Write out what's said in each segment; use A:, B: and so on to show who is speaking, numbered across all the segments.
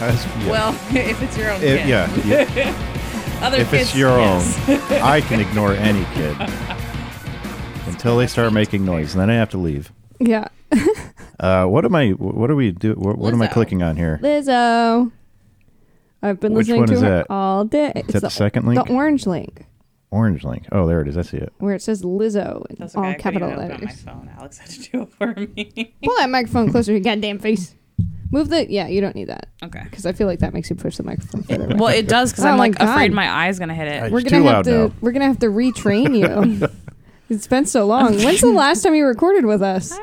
A: As- yeah.
B: Well, if it's your own
A: It-
B: kid.
A: yeah, you-
B: Other
A: if it's
B: kids,
A: your
B: yes.
A: own, I can ignore any kid until they start making noise, and then I have to leave.
C: Yeah.
A: Uh, what am I? What are we do? What, what am I
B: Lizzo.
A: clicking on here?
C: Lizzo. I've been
A: Which
C: listening
A: one
C: to
A: is
C: her
A: that?
C: all day. It's
A: that the second link?
C: The orange link,
A: Orange link. Oh, there it is. I see it.
C: where it says Lizzo in
B: That's okay.
C: all
B: I couldn't
C: capital
B: even open up
C: letters.
B: my phone. Alex had to do it for me.
C: Pull that microphone closer to your goddamn face. Move the. Yeah, you don't need that.
B: okay.
C: Because I feel like that makes you push the microphone further. away.
B: Well, it does because
C: Oh
B: I'm
C: my
B: like
C: God.
B: afraid my eye's gonna hit it.
A: I-
C: we're
A: It's
C: gonna
A: too
C: have
A: loud
C: to.
A: now.
C: We're gonna have to retrain you. it's been so long. When's the last time you recorded with us?
B: I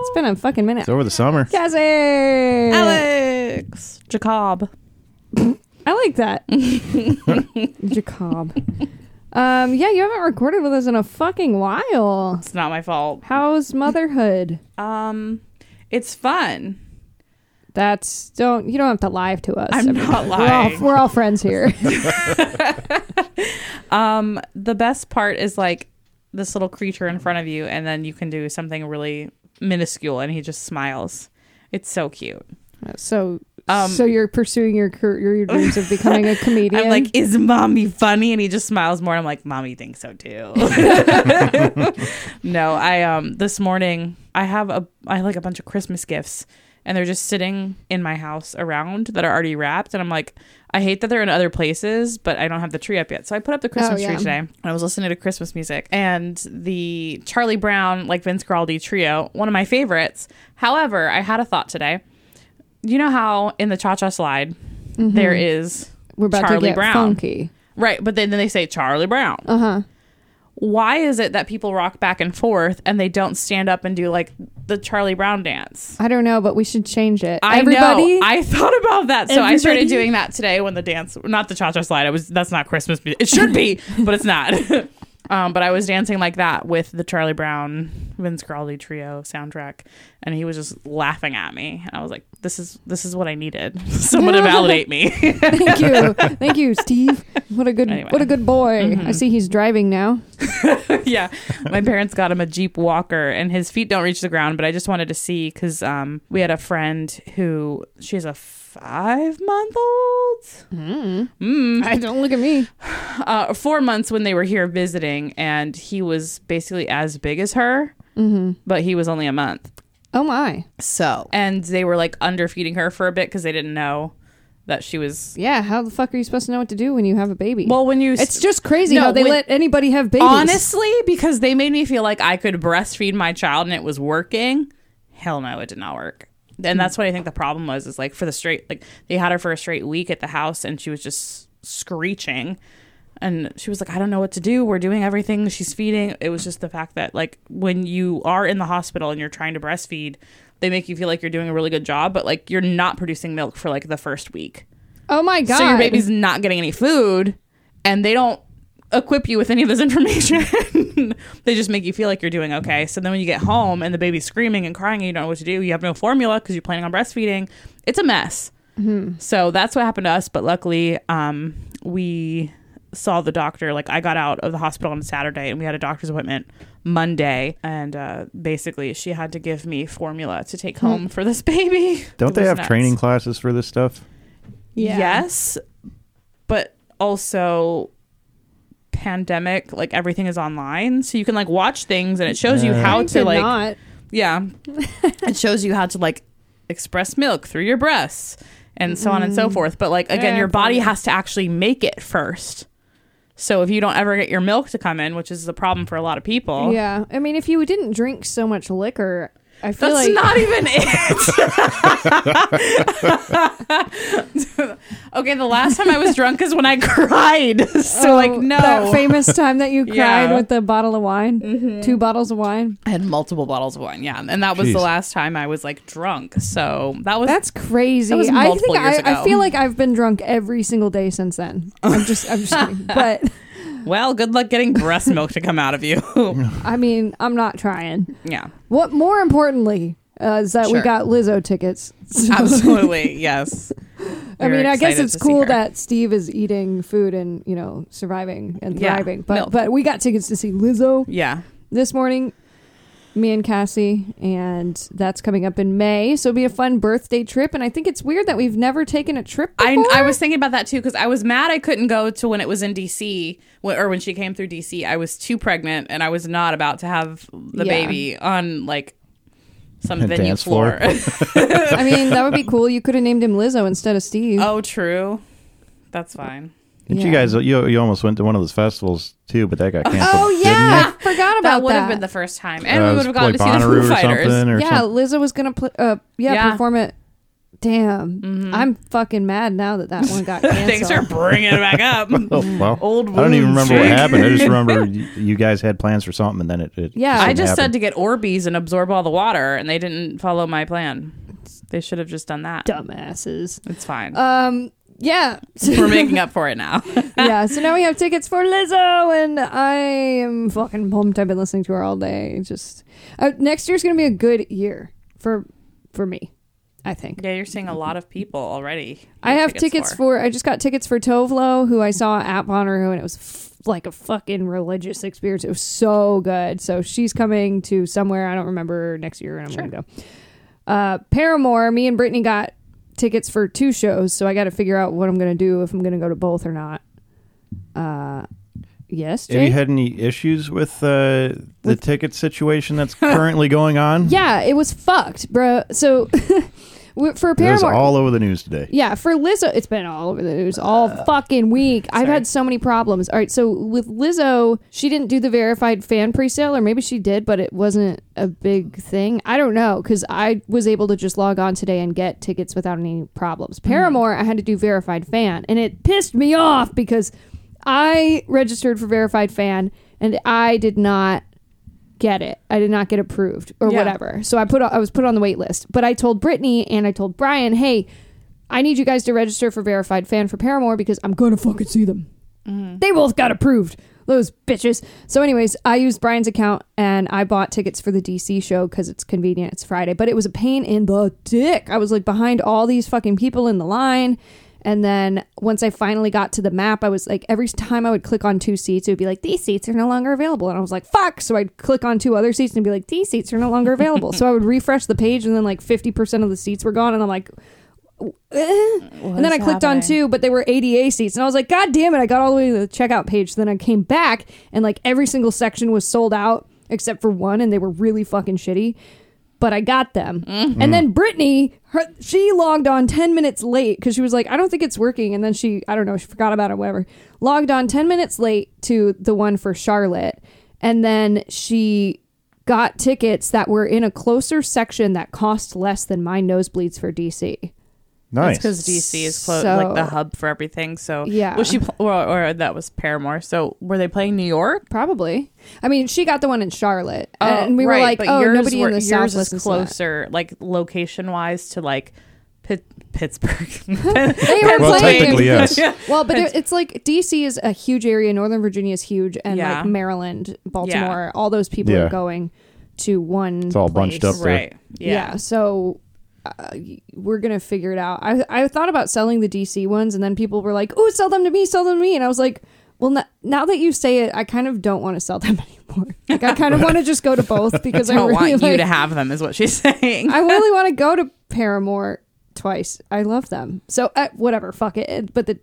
C: It's
B: don't know.
C: been a fucking minute.
A: It's over the summer.
C: Cassie!
B: Alex Jacob.
C: I like that. Jacob. Um, yeah, you haven't recorded with us in a fucking while.
B: It's not my fault.
C: How's motherhood?
B: Um, it's fun.
C: That's don't you don't have to lie to us.
B: I'm not
C: We're all,
B: lying.
C: we're all friends here.
B: Um, the best part is like this little creature in front of you, and then you can do something really minuscule, and he just smiles. It's so cute.
C: so
B: Um,
C: so you're pursuing your cur- your dreams of becoming a comedian.
B: I'm like, is mommy funny? And he just smiles more. I'm like, mommy thinks so too. no, I um this morning I have a I have like a bunch of Christmas gifts and they're just sitting in my house around that are already wrapped and I'm like I hate that they're in other places, but I don't have the tree up yet. So I put up the Christmas
C: Oh, yeah.
B: tree today. And I was listening to Christmas music and the Charlie Brown like Vince Guaraldi trio, one of my favorites. However, I had a thought today. You know how in the Cha Cha slide there
C: Mm-hmm.
B: is
C: we're about to
B: Charlie
C: get
B: Brown.
C: funky.
B: Right, but then, then they say Charlie Brown.
C: Uh huh.
B: Why is it that people rock back and forth and they don't stand up and do like the Charlie Brown dance?
C: I don't know, but we should change it.
B: I know.
C: Everybody,
B: I thought about that, so I started
C: Everybody?
B: doing that today when the dance, not the cha cha slide. I was that's not Christmas. music. It should be, but it's not. um, but I was dancing like that with the Charlie Brown Vince Guaraldi trio soundtrack, and he was just laughing at me, and I was like, "This is this is what I needed. Someone to validate me."
C: thank you, thank you, Steve. What a good,
B: Anyway. Mm-hmm.
C: what a good boy. I see he's driving now.
B: yeah my parents got him a jeep walker and his feet don't reach the ground but i just wanted to see because um, we had a friend who she has a five month old Mm-hmm.
C: I don't look at me.
B: Mm, uh, four months when they were here visiting and he was basically as big as her but he was only a month
C: Oh my.
B: so and they were like underfeeding her for a bit because they didn't know that she was
C: Yeah, how the fuck are you supposed to know what to do when you have a baby?
B: well when you
C: it's just crazy
B: No,
C: how they
B: when-
C: let anybody have babies.
B: honestly because they made me feel like i could breastfeed my child and it was working hell no it did not work and that's what i think the problem was is like for the straight like they had her for a straight week at the house and she was just screeching and she was like i don't know what to do we're doing everything she's feeding it was just the fact that like when you are in the hospital and you're trying to breastfeed they make you feel like you're doing a really good job but like you're not producing milk for like the first week
C: oh my god.
B: so your baby's not getting any food, and they don't equip you with any of this information. they just make you feel like you're doing okay. So then when you get home and the baby's screaming and crying and you don't know what to do, you have no formula because you're planning on breastfeeding. It's a mess.
C: Mm-hmm.
B: So that's what happened to us. But luckily, um, we saw the doctor. Like I got out of the hospital on Saturday, and we had a doctor's appointment Monday. And uh, basically, she had to give me formula to take
C: Hmm.
B: home for this baby.
A: Don't
B: It
A: they
B: was
A: have
B: nuts.
A: training classes for this stuff?
C: Yeah.
B: Yes, but also pandemic like everything is online so you can like watch things and it shows you
A: Yeah.
B: how
C: I
B: to
C: did
B: like
C: not.
B: yeah it shows you how to like express milk through your breasts and so on and so forth but like again
C: Mm. Yeah,
B: your body
C: probably.
B: has to actually make it first so if you don't ever get your milk to come in which is the problem for a lot of people
C: Yeah. I mean, if you didn't drink so much liquor, I feel
B: that's
C: like
B: not even it okay the last time i was drunk is when i cried so
C: Oh,
B: like no
C: that famous time that you cried
B: Yeah.
C: with the bottle of wine, two bottles of wine.
B: I had multiple bottles of wine. Yeah, and that was
A: Jeez.
B: the last time I was like drunk. So that was
C: That's crazy.
B: That was
C: I
B: multiple
C: think
B: years
C: I,
B: ago.
C: I feel like I've been drunk every single day since then. I'm just, I'm just, kidding. but
B: well. Good luck getting breast milk to come out of you.
C: I mean, I'm not trying.
B: yeah,
C: What more importantly uh, is that we
B: Sure.
C: got Lizzo tickets. So-
B: absolutely. yes.
C: I
B: We were
C: mean, I guess
B: excited
C: it's
B: to see
C: cool
B: her.
C: that Steve is eating food and you know surviving and
B: Yeah,
C: thriving. But
B: milk.
C: but we got tickets to see Lizzo
B: Yeah,
C: this morning. me and Cassie, and that's coming up in May. So it'll be a fun birthday trip. And I think it's weird that we've never taken a trip
B: I,
C: before.
B: I was thinking about that too because I was mad I couldn't go to when it was in DC when, or when she came through DC. I was too pregnant and I was not about to have the
C: Yeah.
B: baby on like some
A: A
B: venue
A: dance
B: floor.
A: floor.
C: I mean, that would be cool. You could have named him Lizzo instead of Steve.
B: oh, true. That's fine.
A: And you
C: Yeah.
A: guys, you, you almost went to one of those festivals too, but that got canceled.
C: Oh, yeah, I forgot
B: That
C: about that.
B: would have been the first time, and
A: Uh,
B: we would have
A: like
B: gotten to see the
A: Bonnaroo
B: Foo
A: or
B: Fighters.
A: something, or
C: yeah,
A: some-
C: Lizzo was gonna play. Uh, yeah,
B: Yeah. Mm-hmm.
C: perform it. Damn, I'm fucking mad now that that one got canceled.
B: Things are bringing it back up.
A: Oh, well,
B: Old
A: I don't even
B: wounds,
A: remember what
B: Jake.
A: happened. I just remember you, you guys had plans for something, and then it. it
C: Yeah.
B: I
A: didn't
B: just said
A: happen.
B: to get Orbeez and absorb all the water, and they didn't follow my plan. They should have just done that. Uh,
C: dumbasses.
B: It's fine.
C: Um, yeah,
B: We're making up for it now.
C: yeah. So now we have tickets for Lizzo, and I am fucking pumped. I've been listening to her all day. It's Just uh, next year's gonna be a good year for for me. I think
B: yeah, you're seeing a lot of people already.
C: I have tickets, for. I just got tickets for Tovlo, who I saw at Bonnaroo, and it was f- like a fucking religious experience. It was so good. So she's coming to somewhere I don't remember next year, and I'm gonna go. Uh, Paramore, me and Brittany got tickets for two shows, so I got to figure out what I'm gonna do if I'm gonna go to both or not. Uh, yes,
A: Have you
C: Jake?
A: had any issues with uh, the ticket situation that's currently going on?
C: yeah, it was fucked, bro. So w- for
A: it was
C: Paramore,
A: all over the news today.
C: Yeah, for Lizzo, it's been all over the news all fucking week. I've had so many problems. All right, so with Lizzo, she didn't do the verified fan presale, or maybe she did, but it wasn't a big thing. I don't know, because I was able to just log on today and get tickets without any problems. Paramore, I had to do verified fan, and it pissed me off because I registered for verified fan and I did not get it. I did not get approved or
B: Yeah.
C: whatever. So I put I was put on the wait list. But I told Brittany and I told Brian, hey, I need you guys to register for verified fan for Paramore because I'm gonna fucking see them.
B: Mm-hmm.
C: They both got approved. Those bitches. So, anyways, I used Brian's account and I bought tickets for the DC show because it's convenient. It's Friday, but it was a pain in the dick. I was like behind all these fucking people in the line. And then once I finally got to the map, I was like, every time I would click on two seats, it would be like, these seats are no longer available. And I was like, fuck. So I'd click on two other seats and be like, these seats are no longer available. so I would refresh the page and then like 50% of the seats were gone. And I'm like, and then I clicked on two, but they were ADA seats, and I was like, "God damn it!" I got all the way to the checkout page. Then I came back, and like every single section was sold out except for one, and they were really fucking shitty. But I got them. And then Brittany, her, she logged on ten minutes late because she was like, "I don't think it's working." And then she, I don't know, she forgot about it, whatever. Logged on ten minutes late to the one for Charlotte, and then she got tickets that were in a closer section that cost less than my nosebleeds for DC.
A: Nice.
B: because DC is close,
C: So-
B: like the hub for everything. So
C: Yeah.
B: was she pl- or, or that was Paramore? So were they playing New York?
C: Probably. I mean, she got the one in Charlotte,
B: Oh,
C: and we
B: right,
C: were like,
B: but
C: "Oh,
B: yours
C: nobody
B: were-
C: in the
B: yours
C: south listens
B: is
C: to that.
B: closer, like location wise, to like Pit- Pittsburgh.
C: They were
A: Well,
C: playing.
A: technically, yes.
C: Well, but there- it's like DC is a huge area. Northern Virginia is huge, and
B: Yeah.
C: like Maryland, Baltimore, all those people
A: Yeah.
C: are going to one.
A: It's all bunched
C: place.
A: up.
B: right?
C: Yeah.
B: Yeah.
C: so. Uh, y- we're gonna figure it out. I I thought about selling the DC ones, and then people were like, "Oh, sell them to me, sell them to me," and I was like, "Well, no, now that you say it, I kind of don't want to sell them anymore. Like, I kind of want to just go to both because
B: I
C: I
B: don't
C: really
B: want you
C: like-
B: to have them, is what she's saying.
C: I really want to go to Paramore twice. I love them. So uh, whatever, fuck it. But the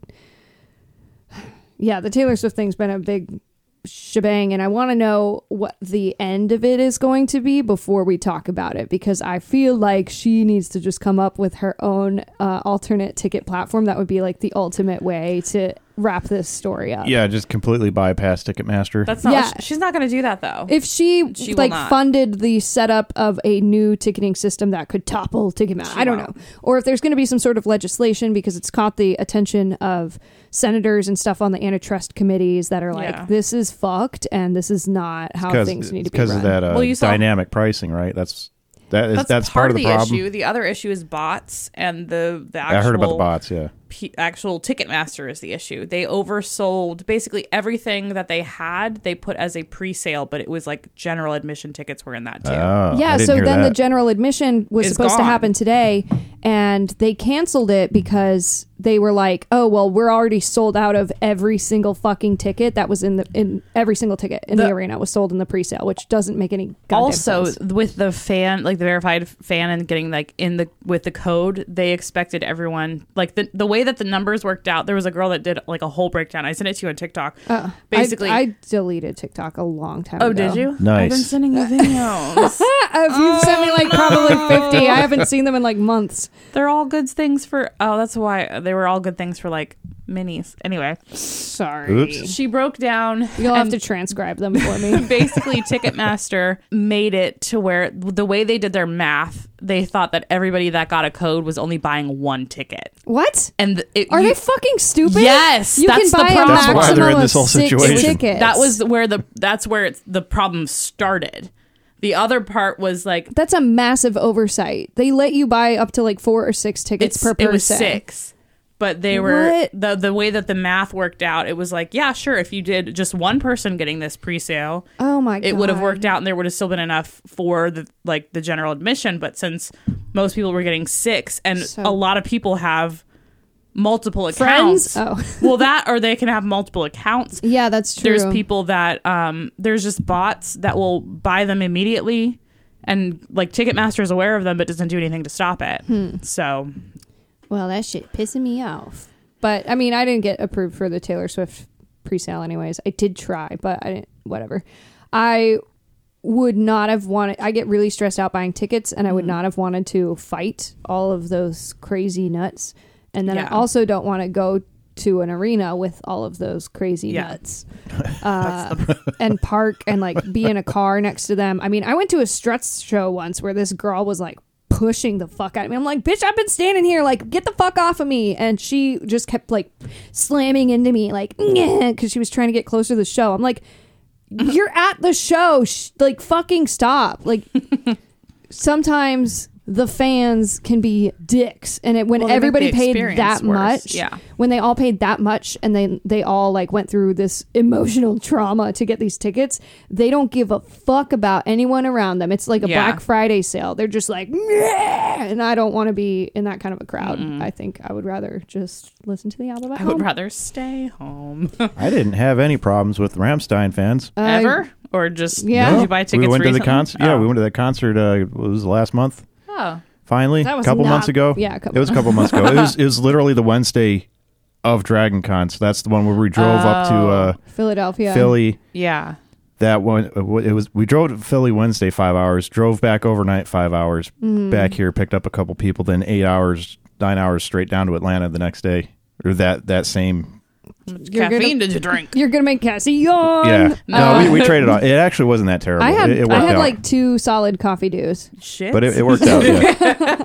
C: yeah, the Taylor Swift thing's been a big shebang, and I want to know what the end of it is going to be before we talk about it because I feel like she needs to just come up with her own uh, alternate ticket platform. That would be like the ultimate way to wrap this story up.
A: Yeah, just completely bypass Ticketmaster.
B: That's not. what
C: Yeah.
B: she- she's not going to do that though.
C: If she,
B: She will
C: like
B: not.
C: funded the setup of a new ticketing system that could topple Ticketmaster, I don't know, or if there's going to be some sort of legislation because it's caught the attention of senators and stuff on the antitrust committees that are like,
B: Yeah.
C: this is fucked and this is not how things need to be
A: because of
C: run.
A: that uh,
B: Well, you saw-
A: dynamic pricing, right? That's that is
B: that's,
A: that's, part, of the problem.
B: issue. The other issue is bots and the the actual
A: I heard about the bots. Yeah,
B: pe- actual Ticketmaster is the issue. They oversold basically everything that they had. They put as a pre-sale, but it was like general admission tickets were in that too.
A: Oh, I
C: yeah,
A: didn't
C: so
A: hear
C: then the
A: that.
C: general admission was
B: Is
C: supposed to
B: gone.
C: happen today, and they canceled it because they were like, "Oh well, we're already sold out of every single fucking ticket that was in the in every single ticket in the,
B: The-
C: arena was sold in the pre-sale, which doesn't make any goddamn
B: also
C: sense.
B: with the fan like the verified fan and getting like in the with the code they expected everyone like the the way that the numbers worked out there was a girl that did like a whole breakdown i sent it to you on tiktok
C: Uh,
B: basically
C: I, I deleted TikTok a long time
B: oh
C: ago.
B: did you Oh, i've been
A: Nice.
B: sending you videos
C: Uh, if you've sent me like probably fifty. I haven't seen them in like months.
B: they're all good things for oh that's why they were all good things for like minis anyway
C: Sorry,
A: Oops.
B: she broke down
C: you'll
B: and-
C: have to transcribe them for me.
B: basically Ticketmaster made it to where the way they did their math, they thought that everybody that got a code was only buying one ticket.
C: what?
B: And th- it,
C: Are
B: you-
C: they fucking stupid?
B: Yes,
C: you
B: that's the
C: can buy a
B: problem. That's
A: why
C: maximum
A: they're in
C: of
A: this whole
C: six
A: situation.
C: tickets.
B: That was where the that's where it's, the problem started. The other part was like
C: that's a massive oversight. They let you buy up to like four or six tickets
B: it's
C: per person.
B: it was six, but they were
C: What?
B: the the way that the math worked out. It was like yeah, sure, if you did just one person getting this pre-sale,
C: Oh my god!
B: it would have worked out and there would have still been enough for the like the general admission but since most people were getting six and
C: So-
B: a lot of people have multiple accounts
C: Friends? Oh,
B: well that or they can have multiple accounts
C: yeah, that's true.
B: there's people that um there's just bots that will buy them immediately and like ticketmaster is aware of them but doesn't do anything to stop it
C: Hmm.
B: so
C: Well, that shit pissing me off. But I mean, I didn't get approved for the Taylor Swift pre-sale, anyways. I did try, but I didn't. Whatever. I would not have wanted. I get really stressed out buying tickets, and I
B: Mm-hmm.
C: would not have wanted to fight all of those crazy nuts. And then
B: Yeah.
C: I also don't want to go to an arena with all of those crazy
B: Yeah.
C: nuts. Uh, and park and like be in a car next to them. I mean, I went to a Struts show once where this girl was like pushing the fuck out of me. I'm like, bitch, I've been standing here, like, get the fuck off of me. And she just kept like slamming into me, like, because she was trying to get closer to the show. I'm like, you're at the show. Sh- like, fucking stop. Like, sometimes the fans can be dicks and it when
B: Well, they make
C: everybody
B: the
C: paid
B: experience
C: that
B: worse.
C: much
B: Yeah.
C: when they all paid that much and then they all like went through this emotional trauma to get these tickets they don't give a fuck about anyone around them it's like a
B: Yeah.
C: black friday sale they're just like "Meh," and i don't want to be in that kind of a crowd i think i would rather just listen to the album at
B: i would
C: home.
B: rather stay home
A: I didn't have any problems with Ramstein fans.
C: I-
B: ever or just
C: Yeah.
B: did
A: No.
B: you buy tickets
A: we went to the
B: recently?
A: concert. Yeah,
B: Oh.
A: we went to that concert. Uh, it was the last month.
B: oh
A: Finally,
C: That
A: a
C: was
A: couple
C: not-
A: months ago.
C: yeah, a couple-
A: it was a couple months ago. It was, it was literally the Wednesday of Dragon Con. So that's the one where we drove up
C: Oh,
A: to uh,
C: philadelphia
A: Philly.
B: yeah
A: That one, uh, it was. We drove to Philly Wednesday five hours. Drove back overnight five hours.
C: Mm-hmm.
A: Back here, picked up a couple people. Then eight hours, nine hours straight down to Atlanta the next day, or that that same.
C: You're gonna-
B: caffeine did you drink
C: you're gonna make cassie yawn
A: Yeah, no,
B: Uh,
A: we, we traded on. It actually wasn't that terrible.
C: Oh. I had
A: it, it worked
C: I had
A: out.
C: like two solid coffee dews.
B: shit
A: but it, it worked out. Yeah.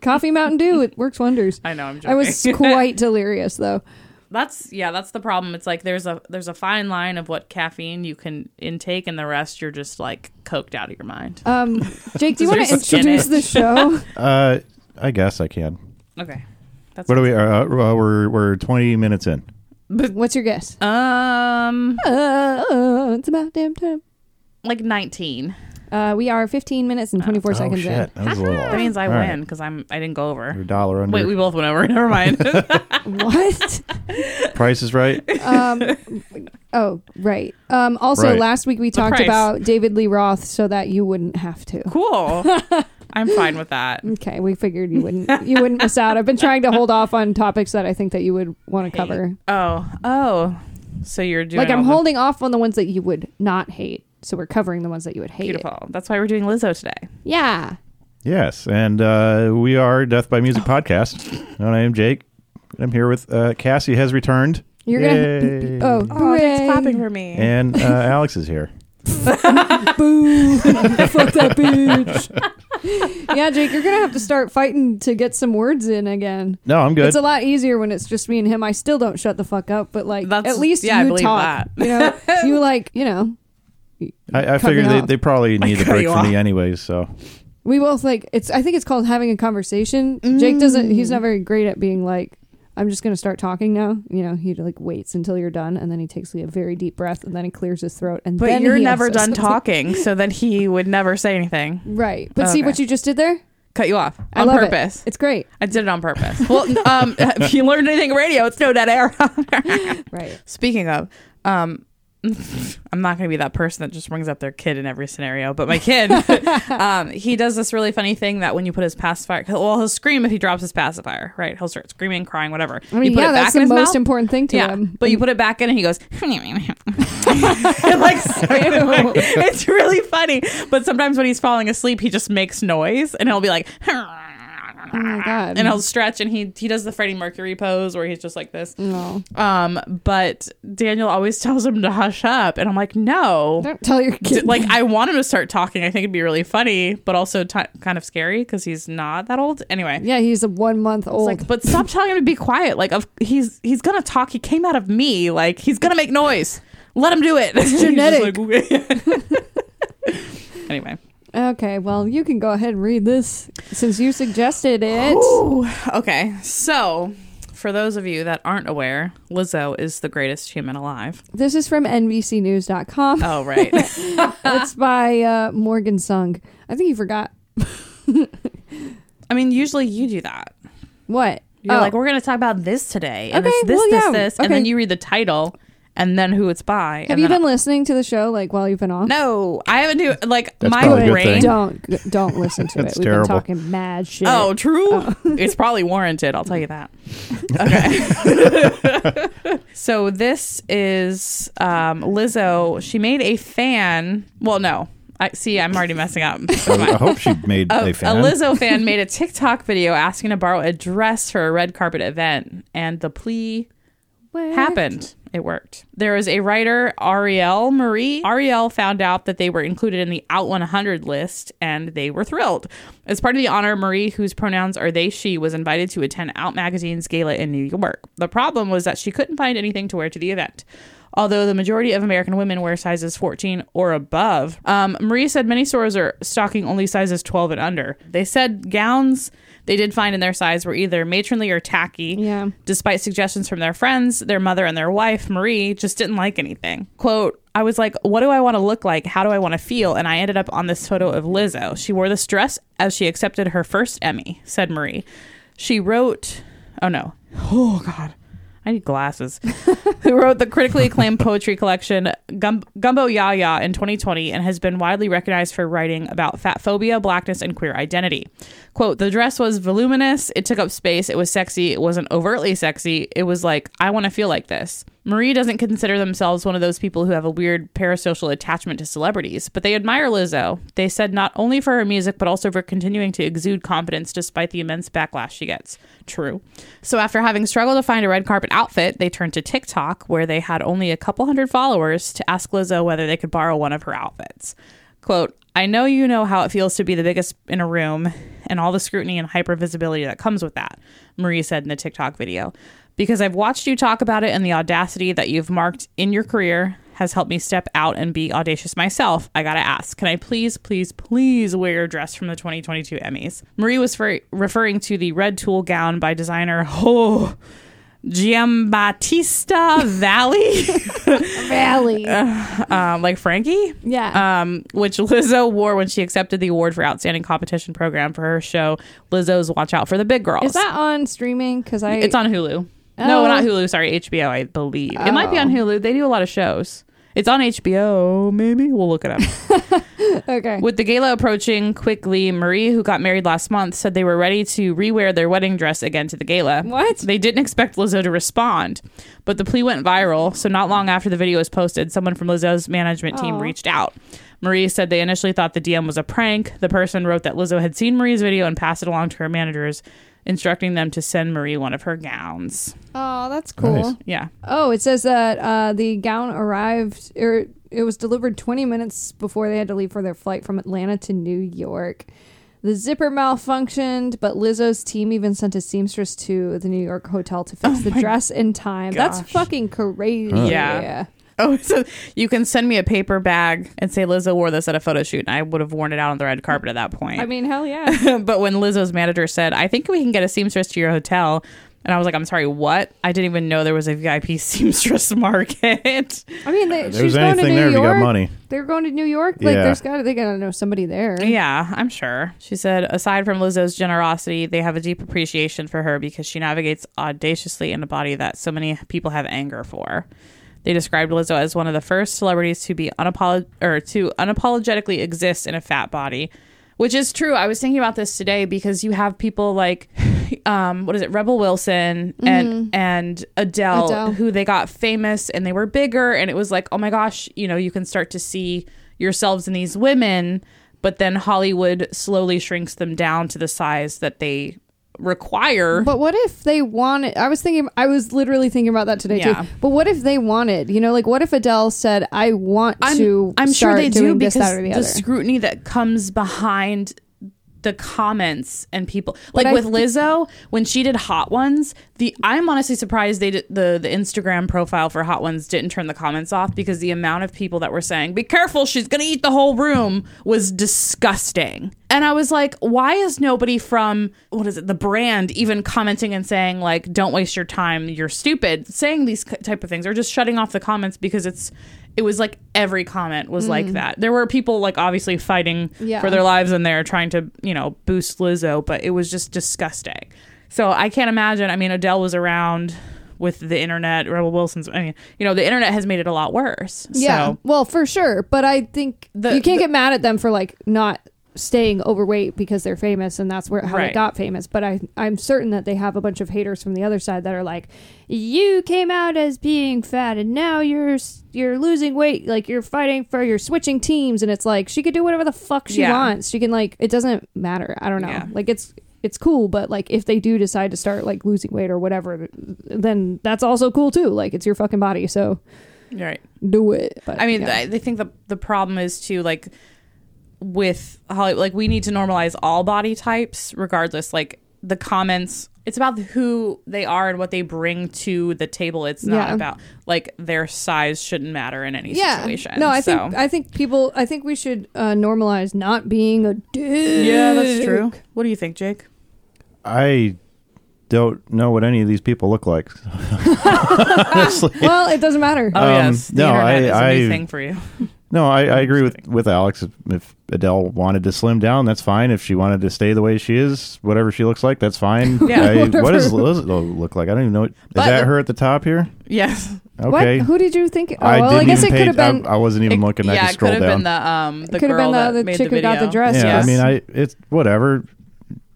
C: Coffee Mountain Dew, it works wonders.
B: I know. I'm joking.
C: I was quite delirious though.
B: that's yeah. That's the problem. It's like there's a there's a fine line of what caffeine you can intake, and the rest you're just like coked out of your mind.
C: Um, Jake, do you want
B: There's
C: to
B: some
C: introduce
B: spinach.
C: the show?
A: Uh, I guess I can.
B: Okay, that's
A: What are we? Uh, uh, we're we're twenty minutes in.
C: What's your guess?
B: um
C: Uh, it's about damn time.
B: like 19.
C: Uh, we are 15 minutes and 24 seconds
A: oh shit,
C: in. Ah.
A: that was a little.
B: That means I
A: All right.
B: win because I'm I didn't go
A: You're
B: over.
A: a dollar under.
B: Wait, we both went over. Never mind.
C: What?
A: Price is right.
C: um, oh, right. Um, also,
A: Right.
C: last week we talked
B: price.
C: about David Lee Roth so that you wouldn't have to.
B: cool. I'm fine with that.
C: Okay, we figured you wouldn't you wouldn't miss out. I've been trying to hold off on topics that I think that you would want to cover.
B: Oh oh, so you're doing
C: Like I'm
B: all the-
C: holding off on the ones that you would not hate. So we're covering the ones that you would hate.
B: Beautiful. That's why we're doing Lizzo today.
C: Yeah.
A: Yes, and uh, we are Death by
C: Oh.
A: Music podcast. And I am Jake. And I'm here with uh, Cassie has returned.
C: You're
A: Yay.
C: gonna Oh, hooray.
B: for me.
A: and uh, Alex is here.
C: boo. Fuck that bitch. yeah, Jake, you're gonna have to start fighting to get some words in again.
A: No, I'm good.
C: It's a lot easier when it's just me and him. I still don't shut the fuck up, but like
B: That's-
C: at least
B: yeah, I
C: you
B: believe
C: talk.
B: that.
C: You know, you like you know.
A: I, I
C: cut me
A: figured they,
C: off.
A: they probably need a
B: cut
A: break
B: you
A: from
B: off.
A: me anyways. So
B: Mm.
C: We both like it's. I think it's called having a conversation. Jake doesn't. He's not very great at being like. I'm just gonna start talking now. You know, he like waits until you're done, and then he takes like, a very deep breath, and then he clears his throat, and
B: But
C: then
B: you're
C: he
B: never
C: also
B: done
C: says-
B: talking, so then he would never say anything.
C: Right, but see
B: Okay.
C: what you just did there.
B: Cut you off
C: I
B: on
C: love it.
B: purpose.
C: It's great.
B: I did it on purpose. well, um, if you learned anything at radio, it's no dead air.
C: Right.
B: Speaking of, um, I'm not going to be that person that just brings up their kid in every scenario, but my kid, um, he does this really funny thing that when you put his pacifier, well, he'll scream if he drops his pacifier, right? He'll start screaming, crying, whatever.
C: I mean,
B: you put
C: yeah,
B: it
C: that's
B: back in
C: the
B: his
C: most
B: mouth.
C: important thing to
B: yeah,
C: him.
B: but you put it back in and he goes, like, it's really funny. But sometimes when he's falling asleep, he just makes noise and he'll be like,
C: oh my god.
B: and he'll stretch and he he does the Freddie Mercury pose where he's just like this.
C: no,
B: Um, but Daniel always tells him to hush up, and I'm like, no.
C: don't tell your
B: D-
C: kid.
B: Like I want him to start talking. I think it'd be really funny, but also ti kind of scary because he's not that old. Anyway,
C: yeah, he's a one month
B: it's
C: old.
B: like, but stop telling him to be quiet. Like, of, he's he's gonna talk. He came out of me. Like, he's gonna make noise. Let him do it. He's just
C: genetic.
B: like- anyway.
C: okay, well, you can go ahead and read this since you suggested it.
B: Ooh, okay. So, for those of you that aren't aware, Lizzo is the greatest human alive.
C: This is from NBCNews.com.
B: Oh, right.
C: it's by uh, Morgan Sung. I think you forgot
B: I mean, usually you do that.
C: what.
B: You're
C: Oh.
B: like, we're going to talk about this today, and
C: Okay,
B: it's this,
C: well,
B: this,
C: yeah,
B: this, and then
C: okay.
B: you read the title, and then who it's by.
C: have
B: and
C: you
B: then-
C: been listening to the show like while you've been off?
B: No, I haven't. Do like
A: That's
B: my
A: probably a good
B: brain.
A: thing.
C: Don't don't listen to it.
A: That's
C: We've
A: terrible.
C: been talking mad shit.
B: Oh, true. it's probably warranted. I'll tell you that. Okay. so this is um, Lizzo. She made a fan. Well, no. I see. I'm already messing up.
A: I, I hope she made
B: a,
C: Oh,
A: a,
B: a
A: fan.
B: Lizzo fan made a TikTok video asking to borrow a dress for a red carpet event, and the plea
C: What?
B: happened. It worked. There was a writer, Ariel Marie. Ariel found out that they were included in the Out 100 list and they were thrilled. As part of the honor, Marie, whose pronouns are they, she, was invited to attend Out Magazine's gala in New York. The problem was that she couldn't find anything to wear to the event. Although the majority of American women wear sizes 14 or above, um, Marie said many stores are stocking only sizes 12 and under. They said gowns they did find in their size were either matronly or tacky.
C: Yeah.
B: Despite suggestions from their friends, their mother and their wife, Marie, just didn't like anything. Quote, I was like, what do I want to look like? How do I want to feel? And I ended up on this photo of Lizzo. She wore this dress as she accepted her first Emmy, said Marie. She wrote, oh no. Oh God. I need glasses. Who wrote the critically acclaimed poetry collection Gum- Gumbo Yaya in 2020 and has been widely recognized for writing about fat phobia, blackness, and queer identity. Quote, the dress was voluminous, it took up space, it was sexy, it wasn't overtly sexy, it was like, I want to feel like this. Marie doesn't consider themselves one of those people who have a weird parasocial attachment to celebrities, but they admire Lizzo. They said not only for her music, but also for continuing to exude confidence despite the immense backlash she gets. True. So after having struggled to find a red carpet outfit, they turned to TikTok, where they had only a couple hundred followers, to ask Lizzo whether they could borrow one of her outfits. Quote, I know you know how it feels to be the biggest in a room and all the scrutiny and hyper visibility that comes with that, Marie said in the TikTok video. Because I've watched you talk about it and the audacity that you've marked in your career has helped me step out and be audacious myself. I gotta ask, can I please, please, please wear your dress from the 2022 Emmys? Marie was fer- referring to the red tulle gown by designer oh, Giambattista Valley,
C: Valley.
B: um, like Frankie
C: yeah.
B: um, which Lizzo wore when she accepted the award for outstanding competition program for her show Lizzo's Watch Out for the Big Girls.
C: is that on streaming? Because I
B: uh, it's on Hulu.
C: Oh.
B: No, not Hulu. Sorry, HBO. I believe it might be on Hulu. They do a lot of shows. It's on HBO. Maybe we'll look it up.
C: okay.
B: With the gala approaching quickly, Marie, who got married last month, said they were ready to rewear their wedding dress again to the gala.
C: What?
B: They didn't expect Lizzo to respond, but the plea went viral. So, not long after the video was posted, someone from Lizzo's management team
C: Aw.
B: reached out. Marie said they initially thought the DM was a prank. The person wrote that Lizzo had seen Marie's video and passed it along to her managers, instructing them to send Marie one of her gowns.
C: Oh, that's cool.
A: Nice.
B: Yeah.
C: Oh, it says that uh, the gown arrived, or it was delivered 20 minutes before they had to leave for their flight from Atlanta to New York. The zipper malfunctioned, but Lizzo's team even sent a seamstress to the New York hotel to fix the dress in time. That's
B: Oh gosh.
C: fucking crazy.
B: Yeah. Oh, it says, you can send me a paper bag and say Lizzo wore this at a photo shoot, and I would have worn it out on the red carpet at that point.
C: I mean, hell yeah.
B: but when Lizzo's manager said, I think we can get a seamstress to your hotel. And I was like, I'm sorry, what? I didn't even know there was a VIP seamstress market.
C: I mean, they,
A: There's
C: she's going to
A: anything
C: New
A: there if
C: York.
A: you got money.
C: They're going to New York. Like,
A: Yeah.
C: there's got to they got to know somebody there.
B: yeah, I'm sure. Mm-hmm. She said, aside from Lizzo's generosity, they have a deep appreciation for her because she navigates audaciously in a body that so many people have anger for. They described Lizzo as one of the first celebrities to be unapolog- or to unapologetically exist in a fat body, which is true. I was thinking about this today because you have people like, um, what is it, Rebel Wilson and and Adele,
C: Adele.
B: who they got famous and they were bigger, and it was like, oh my gosh, you know, you can start to see yourselves in these women, but then Hollywood slowly shrinks them down to the size that they require.
C: But what if they wanted? I was thinking, I was literally thinking about that today
B: Yeah.
C: too. But what if they wanted? You know, like what if Adele said, "I want to." start doing this, that, or the,
B: the
C: other.
B: scrutiny that comes behind the comments and people like
C: I
B: with
C: thi-
B: Lizzo when she did Hot Ones. The I'm honestly surprised they did, the the Instagram profile for Hot Ones didn't turn the comments off because the amount of people that were saying "Be careful, she's gonna eat the whole room" was disgusting. And I was like, why is nobody from what is it the brand even commenting and saying like "Don't waste your time, you're stupid," saying these k- type of things or just shutting off the comments because it's it was like every comment was like that. There were people like obviously fighting
C: Yeah.
B: for their lives in there trying to, you know, boost Lizzo, but it was just disgusting. So I can't imagine. I mean, Adele was around with the internet, Rebel Wilson's, I mean, you know, the internet has made it a lot worse.
C: yeah,
B: So,
C: well, for sure. But I think
B: The-
C: you can't
B: the-
C: get mad at them for like not staying overweight because they're famous and that's where how
B: Right.
C: they got famous. But I I'm certain that they have a bunch of haters from the other side that are like, you came out as being fat and now you're s- you're losing weight. Like you're fighting for you're switching teams and it's like she could do whatever the fuck she
B: Yeah.
C: wants. She can like it doesn't matter. I don't know.
B: Yeah.
C: Like it's. It's cool, but like if they do decide to start like losing weight or whatever, then that's also cool too. Like it's your fucking body, so
B: right.
C: do it. But,
B: I mean,
C: yeah.
B: I, I think the the problem is too like with Hollywood, like we need to normalize all body types, regardless. Like the comments, it's about who they are and what they bring to the table. It's not
C: Yeah.
B: about like their size shouldn't matter in any situation.
C: No, I
B: so.
C: think I think people. I think we should uh, normalize not being a dude.
B: yeah, that's true. What do you think, Jake?
A: I don't know what any of these people look like.
C: Well, it doesn't matter.
B: Oh
A: Um,
B: yes, the
A: no,
B: internet is
A: I-
B: a new
A: I-
B: thing for you.
A: No, I, I agree with, with Alex. If Adele wanted to slim down, that's fine. If she wanted to stay the way she is, whatever she looks like, that's fine.
B: Yeah.
A: I- what does
C: Whatever.
A: Lizzo look like? I don't even know. Is
B: But-
A: that her at the top here?
B: Yes,
A: Okay.
C: What? Who did you think? Oh,
A: I
C: well,
A: didn't
C: I guess it
A: even
C: could have
A: page- I-
C: been.
A: I, wasn't even looking. I
B: yeah,
A: just
B: it could
A: scrolled
B: have
A: down.
B: been the um the
C: It could have
B: girl
C: been the
B: that
C: other
B: made
C: chick
B: the
C: who
B: video.
C: got the dress,
A: yeah,
C: yes.
A: I mean, I it's whatever.